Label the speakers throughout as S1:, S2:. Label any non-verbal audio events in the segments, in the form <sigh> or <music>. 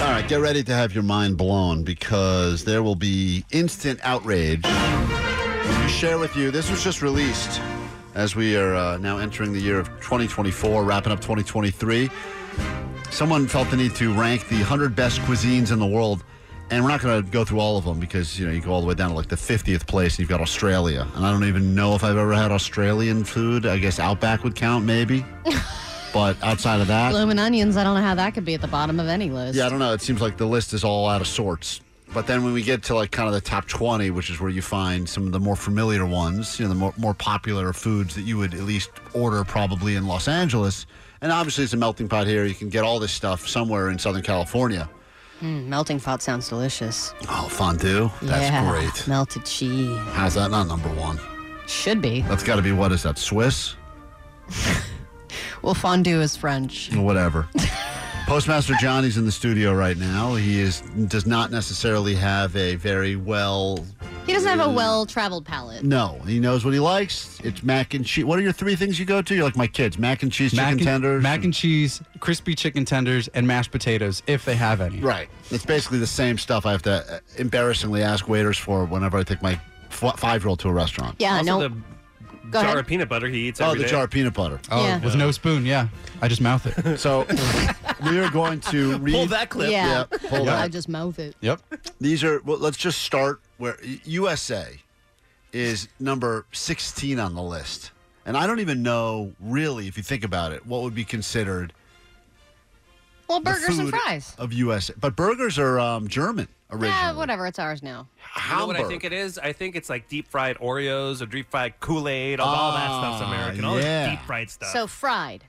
S1: All right, get ready to have your mind blown because there will be instant outrage. We share with you, this was just released as we are uh, now entering the year of 2024, wrapping up 2023. Someone felt the need to rank the 100 best cuisines in the world. And we're not going to go through all of them because, you know, you go all the way down to like the 50th place and you've got Australia. And I don't even know if I've ever had Australian food. I guess Outback would count maybe. but outside of that,
S2: Bloomin' onions, I don't know how that could be at the bottom of any list.
S1: yeah, I don't know. It seems like the list is all out of sorts. But then when we get to like kind of the top 20, which is where you find some of the more familiar ones, you know, the more, more popular foods that you would at least order probably in Los Angeles. And obviously, it's a melting pot here. You can get all this stuff somewhere in Southern California.
S2: Mm, melting pot sounds delicious.
S1: Oh, fondue. That's
S2: yeah,
S1: great.
S2: Melted cheese.
S1: How's that not number one?
S2: Should be.
S1: That's got to be, what is that, Swiss?
S2: Well, fondue is French.
S1: whatever. Postmaster Johnny's in the studio right now. He is does not necessarily have a very well.
S2: He doesn't
S1: Mm.
S2: have a well traveled palate.
S1: No, he knows what he likes. It's mac and cheese. What are your three things you go to? You're like my kids: mac and cheese,
S3: mac
S1: chicken
S3: and,
S1: tenders,
S3: mac and cheese, crispy chicken tenders, and mashed potatoes, if they have
S1: <laughs>
S3: any.
S1: Right. It's basically the same stuff I have to uh, embarrassingly ask waiters for whenever I take my f- five-year-old to a restaurant.
S2: Yeah,
S4: Also,
S2: Uh, no.
S4: the
S2: Go
S4: jar
S2: ahead.
S4: of peanut butter he eats.
S1: Oh,
S4: every
S1: the
S4: day.
S1: jar of peanut butter.
S3: Oh,
S2: Yeah.
S3: with no spoon, yeah. I just mouth it.
S1: <laughs> So we are going to read.
S4: Pull that clip.
S2: Yeah.
S1: Yeah, pull that.
S2: <laughs> I just mouth it.
S3: yep.
S1: These are. Well, let's just start where U- USA is number 16 on the list, and I don't even know really, if you think about it, what would be considered
S2: Well,
S1: the
S2: burgers and
S1: food
S2: fries.
S1: of USA. But burgers are um, German originally.
S2: Yeah, whatever. It's ours now.
S4: You know what I
S1: Hamburg.
S4: think it is? I think it's like deep fried Oreos or deep fried Kool Aid. All, all that stuff's
S1: Ah,
S4: American. All this
S1: yeah.
S4: deep fried stuff.
S2: So fried.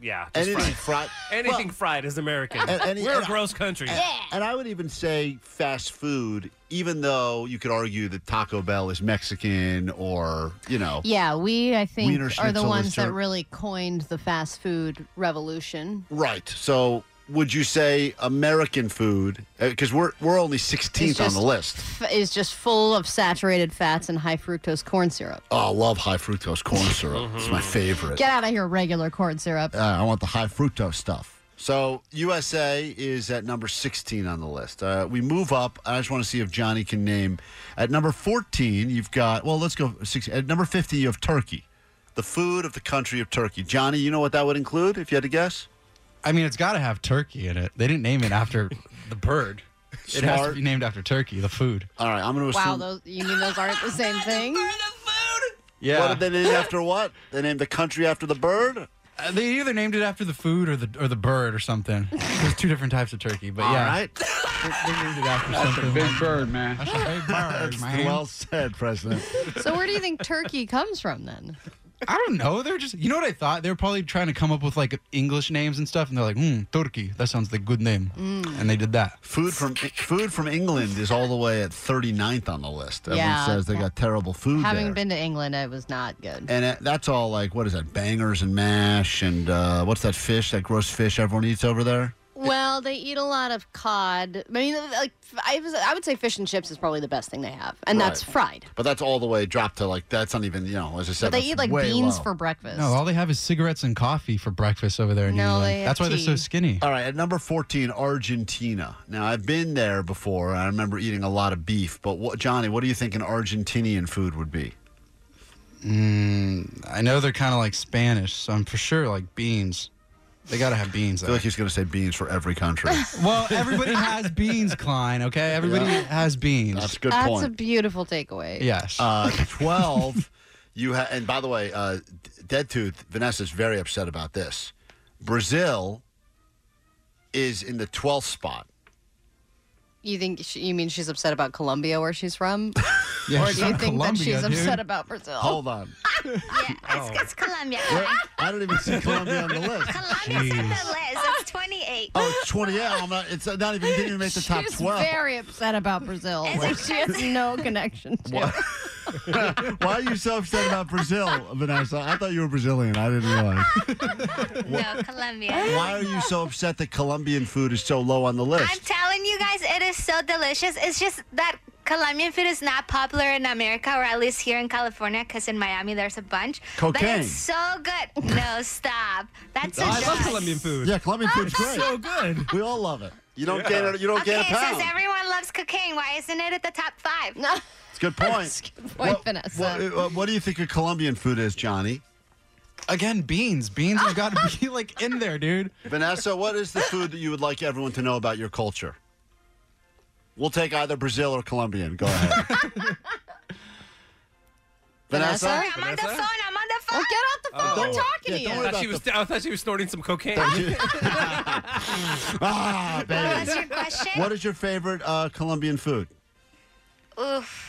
S4: yeah, just
S1: Anything <laughs>
S4: fried.
S1: fried.
S4: Anything fried is American.
S1: And- and-
S4: We're
S1: and-
S4: a gross country.
S1: And I would even say fast food, even though you could argue that Taco Bell is Mexican or, you know.
S2: Yeah, we I think
S1: Wiener
S2: are the
S1: schnitzel
S2: ones
S1: is
S2: that
S1: Ger-
S2: really coined the fast food revolution.
S1: Right. So would you say American food? Because we're, we're only 16th
S2: It's
S1: on
S2: just-
S1: the list.
S2: f- is just full of saturated fats and high fructose corn syrup.
S1: Oh, I love high fructose corn syrup. It's
S2: Mm-hmm.
S1: my favorite.
S2: Get out of here, regular corn syrup.
S1: Uh, I want the high fructose stuff. So USA is at number 16 on the list. Uh, we move up. I just want to see if Johnny can name. At number 14, you've got, well, let's go. Six, at number 50, you have Turkey. The food of the country of Turkey. Johnny, you know what that would include if you had to guess?
S3: I mean, it's got to have turkey in it. They didn't name it after the bird. It has to
S1: Smart.
S3: be named after turkey, the food.
S1: All right, I'm going to assume.
S2: Wow, those you mean
S1: <laughs>
S2: those aren't the same thing?
S3: Yeah.
S1: What did they name it after what? They named the country after the bird?
S3: Uh, they either named it after the food or the or the bird or something. There's two different types of turkey, but
S1: All
S3: yeah,
S1: right.
S3: they named it after something.
S5: Big bird, man.
S3: That's a
S1: <laughs>
S3: big bird, man.
S1: Well said, President.
S2: So where do you think turkey comes from then?
S3: I don't know. They're just, you know what I thought? They were probably trying to come up with like English names and stuff, and they're like, hmm, Turkey. That sounds like a good name.
S2: Mm.
S3: And they did that.
S1: Food from food from England is all the way at 39th on the list. Everyone
S2: Yeah.
S1: says they got terrible food
S2: Having
S1: there.
S2: been to England, it was not good.
S1: and it, that's all like what is that? Bangers and mash and uh, what's that fish? That gross fish everyone eats over there?
S2: Well, they eat a lot of cod. I mean, like I was, I would say fish and chips is probably the best thing they have, and that's
S1: Right.
S2: fried.
S1: But that's all the way dropped to like that's not even you know as I said.
S2: But they
S1: that's
S2: eat like
S1: way
S2: beans
S1: low.
S2: for breakfast.
S3: No, all they have is cigarettes and coffee for breakfast over there in
S2: No,
S3: England.
S2: they have
S3: That's why
S2: tea.
S3: they're so skinny.
S1: All right, at number 14, Argentina. Now, I've been there before. and I remember eating a lot of beef. But, what, Johnny, what do you think an Argentinian food would be?
S3: I know they're kind of like Spanish, so I'm for sure like beans. They gotta have beans.
S1: I feel
S3: Though.
S1: like he's going to say beans for every
S2: <laughs>
S1: country.
S3: Well, everybody has beans, Klein. Okay, everybody has beans.
S1: That's a good
S2: That's
S1: point.
S2: a beautiful takeaway.
S3: yes.
S1: Uh, <laughs> 12, you ha- and by the way, uh, D- Dead Tooth, Vanessa's very upset about this. Brazil is in the 12th spot.
S2: You think she, you mean she's upset about Colombia where she's
S1: <laughs>
S2: from?
S3: yeah,
S2: or
S3: she's
S2: do you
S3: not
S2: think that
S3: Colombia,
S2: she's
S3: dude.
S2: upset about Brazil?
S1: Hold on. <laughs>
S5: Yeah, it's,
S1: Oh.
S5: it's Colombia. Uh,
S1: Where- I don't even see Colombia on the list.
S5: Colombia's on the list. It's 28.
S1: Oh, it's 20. Yeah, I'm not, it's not even, didn't even make the top
S2: she's
S1: 12.
S2: very
S1: <laughs>
S2: upset about Brazil, which she has no connection to. <laughs>
S1: Why are you so upset about Brazil, Vanessa? I thought you were Brazilian. I didn't realize.
S5: <laughs> No, Colombia.
S1: Why are you so upset that Colombian food is so low on the
S5: I'm
S1: list?
S5: telling you guys, it is so delicious. It's just that Colombian food is not popular in America, or at least here in California, because in Miami there's a bunch. But
S1: Cocaine.
S5: it's so good. No, stop. That's a
S6: I love
S5: drug.
S6: Colombian food.
S1: yeah, Colombian food's great.
S6: So good.
S1: We all love it. You don't gain. A, you don't gain a
S5: Okay,
S1: pound.
S5: since everyone loves cocaine, why isn't it at the top five?
S2: No.
S1: it's a good point.
S2: Good point,
S1: What,
S2: Vanessa.
S1: what- uh, what do you think of Colombian food is, Johnny?
S3: Again, beans. Beans have got to be <laughs> like in there, dude.
S1: Vanessa, what is the food that you would like everyone to know about your culture? We'll take either Brazil or Colombian. Go
S2: <laughs>
S1: ahead. Vanessa?
S2: Vanessa?
S5: I'm on the phone. I'm on the phone.
S2: Well, get off the phone.
S1: Uh, Don't
S2: We're
S1: wor-
S2: talking
S1: yeah, don't
S2: to you.
S1: worry
S4: I thought,
S1: about
S4: she
S1: the-
S4: was, I thought she was snorting some cocaine.
S1: <laughs> ah,
S5: What
S1: baby.
S5: was your question?
S1: What is your favorite uh, Colombian food?
S5: Oof.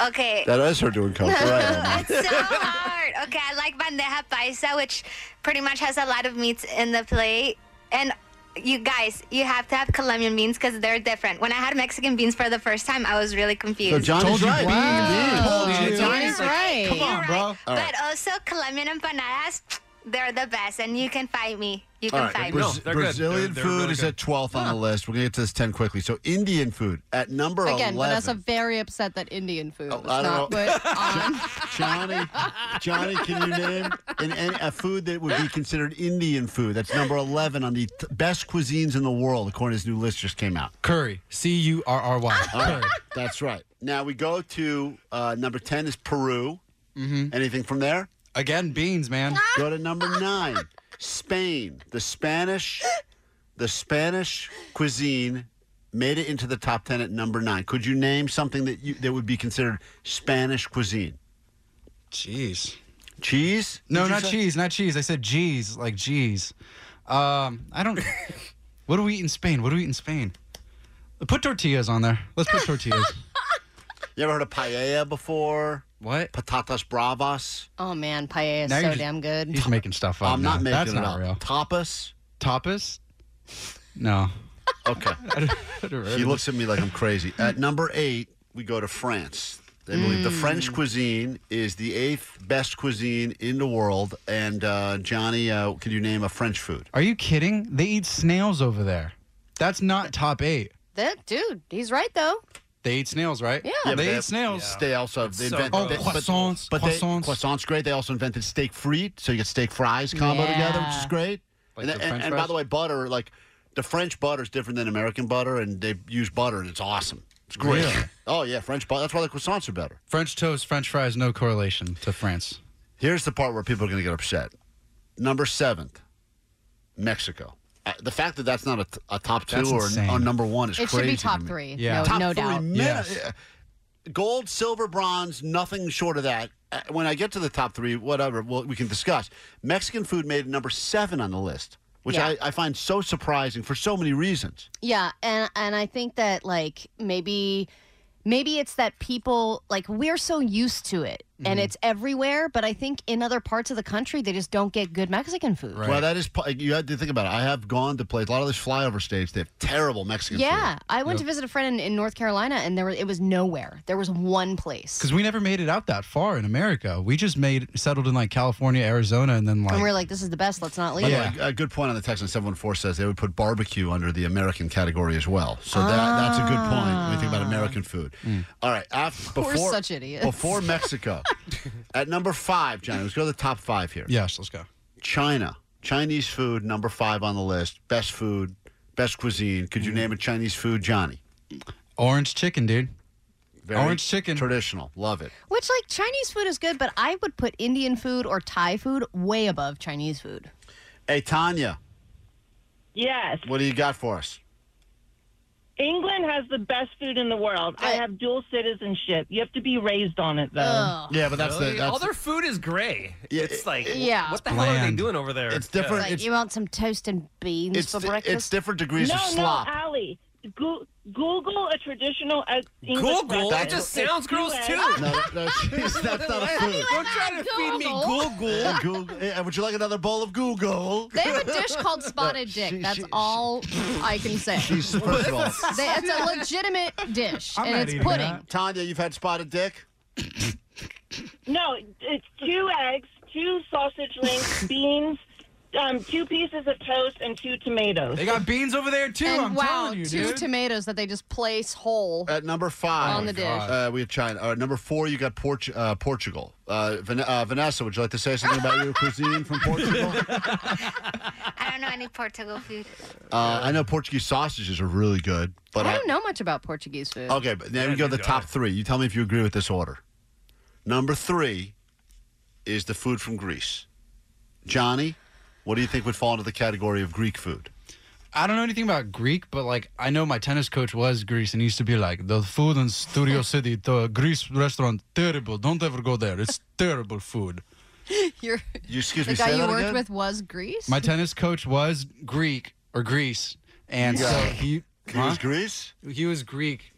S5: Okay.
S1: That is her doing coke.
S2: <laughs>
S5: <laughs>
S1: Right.
S5: It's so hard. Okay, I like bandeja paisa, which pretty much has a lot of meats in the plate. And you guys, you have to have Colombian beans because they're different. When I had Mexican beans for the first time, I was really
S1: So
S5: confused.
S1: Johnny's
S3: Told you
S1: right.
S3: beans. Wow.
S1: Beans.
S3: Told you.
S2: Johnny's right.
S3: Come on, bro.
S1: All right.
S5: But also, Colombian empanadas, they're the best. And you can fight me. You
S1: All
S5: can
S1: right,
S5: fight me.
S4: No,
S1: Braz-
S4: they're good.
S1: Brazilian
S4: They're- they're
S1: food
S4: really
S1: is
S4: good.
S1: at 12th on the list. We're going to get to this 10 quickly. So, Indian food at number 11.
S2: Again, Vanessa very upset that Indian food was
S1: Oh, I
S2: not
S1: don't know.
S2: put
S1: <laughs>
S2: on.
S1: Johnny, Johnny, can you name an, an, a food that would be considered Indian food? That's number 11 on the t- best cuisines in the world, according to this new list just came out.
S3: Curry. C U R R Y.
S1: <laughs> All
S3: Curry.
S1: right, that's right. Now we go to uh, number 10 is Peru. Mm-hmm. Anything from there?
S3: Again, beans, man.
S1: Go to number nine, Spain. The Spanish, the Spanish cuisine made it into the top ten at number nine. Could you name something that you that would be considered Spanish cuisine?
S3: Jeez.
S1: Cheese?
S3: No,
S1: Did you
S3: not
S1: say?
S3: cheese, not cheese. I said cheese, like cheese. Um,
S1: <laughs>
S3: I don't. what do we eat in Spain? What do we eat in Spain? Put tortillas on there. Let's put
S1: <laughs>
S3: tortillas.
S1: You ever heard of paella before?
S3: what?
S1: Patatas bravas.
S2: Oh man, paella is
S3: Now
S2: so
S3: you're just-
S2: damn good.
S3: He's making stuff up.
S1: I'm
S3: now.
S1: not making
S3: Oh, That's
S1: it up.
S3: not real.
S1: Tapas.
S3: Tapas? No. <laughs>
S1: Okay. He looks at me like I'm crazy. At number eight, we go to France. They believe the
S3: Mm.
S1: French cuisine is the eighth best cuisine in the world. And uh, Johnny, uh, could you name a French food?
S3: Are you kidding? They eat snails over there. That's not top eight.
S2: That dude, he's right though.
S3: They eat snails, right?
S2: Yeah.
S1: Yeah, but
S3: they
S1: they
S3: eat
S1: have-
S3: snails.
S1: They also they
S4: so
S1: invent-
S4: gross.
S1: they-
S3: Oh, croissants,
S1: But, but they,
S3: croissants.
S1: croissants, great. They also invented steak frite, so you get steak fries combo together, which is
S2: Yeah.
S1: great.
S3: Like
S1: and
S3: the
S1: and,
S3: French
S1: and by
S3: fries?
S1: the way, butter like the French butter is different than American butter, and they use butter, and it's awesome. It's great.
S3: Really?
S1: <laughs> Oh yeah, French butter. That's why the croissants are better.
S3: French toast, French fries, no correlation to France.
S1: Here's the part where people are going to get upset. Number seventh, Mexico. Uh, the fact that that's not a, t- a top two
S3: That's
S1: or,
S3: insane.
S1: or number one is
S2: It should
S1: crazy.
S2: be
S1: to
S2: top
S1: me.
S2: three.
S3: Yeah.
S2: No,
S1: Top
S2: no
S1: three,
S2: doubt.
S1: min-
S3: Yes.
S1: uh, Gold, silver, bronze, nothing short of that. Uh, When I get to the top three, whatever, well, we can discuss. Mexican food made number seven on the list, which
S2: Yeah.
S1: I, I find so surprising for so many reasons.
S2: Yeah, and and I think that like maybe maybe it's that people like we're so used to it
S1: Mm-hmm.
S2: and it's everywhere, but I think in other parts of the country they just don't get good Mexican food.
S3: Right.
S1: Well, that is, pa- you had to think about it. I have gone to places, a lot of these flyover states, they have terrible Mexican food.
S2: Yeah, I went to visit a friend in, in North Carolina, and there were, it was nowhere. There was one place,
S3: Because we never made it out that far in America. We just made settled in like California, Arizona, and then like.
S2: and we were like, "This is the best. Let's not leave."
S1: By the
S3: Yeah.
S1: way, a good point on the text on 714 says they would put barbecue under the American category as well. So that, that's a good point when you think about American food. All right. After,
S2: We're
S1: before,
S2: such idiots.
S1: Before Mexico, at number five, Johnny, let's go to the top five here.
S3: Yes, let's go.
S1: China. Chinese food, number five on the list. Best food, best cuisine. Could you name a Chinese food, Johnny?
S3: Orange chicken, dude.
S1: Very
S3: Orange chicken.
S1: Traditional. Love it.
S2: Which like Chinese food is good, but I would put Indian food or Thai food way above Chinese food.
S1: Hey, Tanya,
S6: Yes.
S1: What do you got for us?
S6: England has the best food in the world. I
S2: I-
S6: have dual citizenship. You have to be raised on it, though.
S2: Ugh.
S1: Yeah, but that's
S4: Really?
S1: the that's
S4: All their food is gray.
S1: Yeah,
S4: it's like,
S2: yeah.
S4: what the hell are they
S3: Bland.
S4: doing over there?
S1: It's different.
S2: Like
S1: it's-
S2: you want some toast and beans
S1: it's
S2: for
S1: di-
S2: breakfast?
S1: it's different degrees
S6: no,
S1: of slop.
S6: no, Allie. Go- Google a traditional uh, English
S4: Google? That
S6: breakfast.
S4: just
S6: It's
S4: sounds gross
S6: US.
S4: too.
S1: No, no,
S4: <laughs>
S1: she's, that's not a food.
S4: Don't try to feed me Google.
S1: Uh, <laughs> Google, uh, would you like another bowl of Google?
S2: They have a dish
S3: <laughs>
S2: called spotted dick.
S1: she-
S2: That's
S1: she-
S2: all I can say.
S1: She's first of all,
S2: They- it's
S3: <laughs>
S2: a legitimate dish,
S3: I'm
S2: and
S3: not
S2: it's
S3: eating
S2: pudding.
S3: that.
S1: Tanya, you've had spotted dick.
S6: No, it's two eggs, two sausage
S4: <laughs>
S6: links, beans, um, two pieces of toast, and two tomatoes.
S3: They got beans over there too.
S2: And
S3: I'm
S2: wow,
S3: telling you,
S2: two
S3: dude. Uh,
S2: tomatoes that they just place whole.
S1: At number five
S2: On the dish.
S1: uh, we have China. Uh, number four, you got Portu- uh, Portugal. Uh, Van- uh, Vanessa, would you like to say something about your cuisine from
S4: <laughs>
S1: Portugal?
S5: I don't know any Portugal food.
S1: Uh, I know Portuguese sausages are really good, but
S2: I don't
S3: uh,
S2: know much about Portuguese food.
S1: Okay, but now
S4: Yeah,
S1: we go to the
S4: you got
S1: top
S4: it.
S1: three. You tell me if you agree with this order. Number three is the food from Greece. Johnny, what do you think would fall into the category of Greek food?
S3: I don't know anything about Greek, but like I know my tennis coach was Greece, and he used to be like, "The food in Studio City, the Greece restaurant, terrible. Don't ever go there. It's terrible food."
S2: You're,
S1: You, excuse
S2: the
S1: me, say
S2: guy you
S1: that
S2: worked
S1: again?
S2: with was Greece.
S3: My tennis coach was Greek or Greece, and so he
S1: He was Greece?
S3: He
S2: <laughs>
S3: was Greek.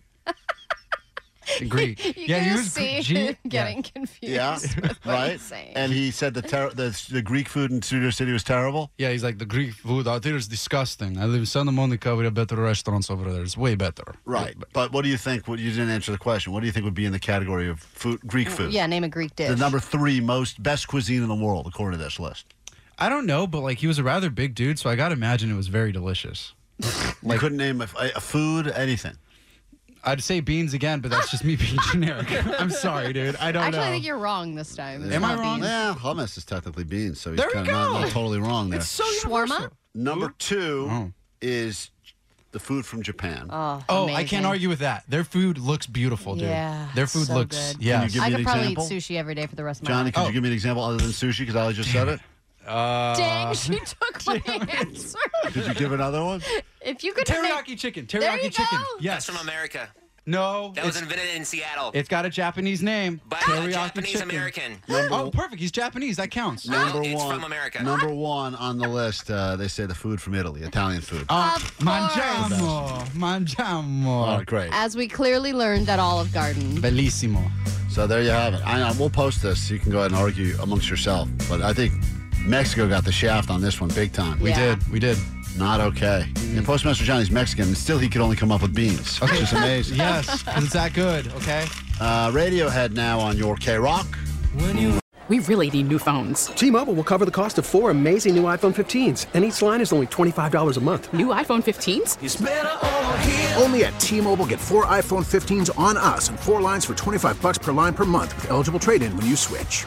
S2: <laughs>
S3: Greek.
S2: you
S3: yeah,
S2: can
S3: he
S2: just
S3: was
S2: see <laughs>
S3: Greek. G-
S2: him getting confused.
S3: <laughs>
S1: Yeah,
S2: <laughs> with what
S1: right.
S2: he's saying.
S1: And he said the, ter- the the Greek food in Studio City was terrible.
S3: Yeah. yeah, he's like the Greek food out there is disgusting. I live in Santa Monica. We have better restaurants over there. It's way better.
S1: Right, but what do you think? What you didn't answer the question. What do you think would be in the category of food, Greek food?
S2: yeah, name a Greek dish.
S1: the number three most best cuisine in the world according to this list.
S3: I don't know, but like he was a rather big dude, so I gotta imagine it was very delicious.
S1: you couldn't name a, a food anything.
S3: I'd say beans again, but that's just me being <laughs> generic. I'm sorry, dude. I don't
S2: Actually,
S3: know.
S2: I think you're wrong this time. It's
S3: Am I
S2: not
S3: wrong?
S2: beans.
S1: Yeah, hummus is technically beans, so he's
S3: There we
S1: kind of not,
S3: go.
S1: not totally wrong there.
S3: it's so
S2: Shawarma?
S1: Number two
S3: Oh.
S1: is the food from Japan.
S2: Oh,
S3: Oh, I
S2: amazing.
S3: can't argue with that. Their food looks beautiful, dude.
S2: Yeah,
S3: Their food
S2: so
S3: looks
S2: good.
S3: yeah.
S1: Can you give
S2: I
S1: me an
S2: could probably
S1: example?
S2: eat sushi every day for the rest of my
S1: Johnny,
S2: life.
S1: could
S3: Oh.
S1: you give me an example other than sushi? Because I just said it.
S3: uh,
S2: Dang, <laughs> she took my answer.
S1: Did you give another one?
S2: if you could
S3: teriyaki chicken. Teriyaki
S2: you
S3: chicken.
S2: go.
S3: Yes.
S7: That's from America.
S3: No.
S7: That was
S3: it's-
S7: invented in Seattle
S3: It's got a Japanese name.
S7: by a
S3: Teriyaki
S7: Japanese
S3: chicken.
S7: American.
S3: Oh, perfect. He's Japanese. That counts.
S7: No,
S1: Number
S7: Oh, it's
S1: one.
S7: from America.
S1: Number one on the list. Uh, they say the food from Italy, Italian food.
S3: Uh,
S2: Of
S3: mangiamo.
S1: Oh,
S3: Mangiamo.
S1: great.
S2: as we clearly learned at Olive Garden.
S3: Bellissimo.
S1: So there you have it. I know, we'll post this. so You can go ahead and argue amongst yourself. But I think Mexico got the shaft on this one big time.
S3: We
S2: Yeah.
S3: did. We did.
S1: Not okay. And Postmaster Johnny's Mexican, and still he could only come up with beans, which is
S3: <laughs>
S1: amazing.
S3: Yes, 'cause it's that good, okay?
S1: Uh, Radiohead now on your K Rock.
S8: We really need new phones.
S9: T-Mobile will cover the cost of four amazing new iPhone 15s, and each line is only $25 a month.
S8: New iPhone 15s?
S9: Only at T-Mobile get four iPhone 15s on us and four lines for 25 bucks per line per month with eligible trade-in when you switch.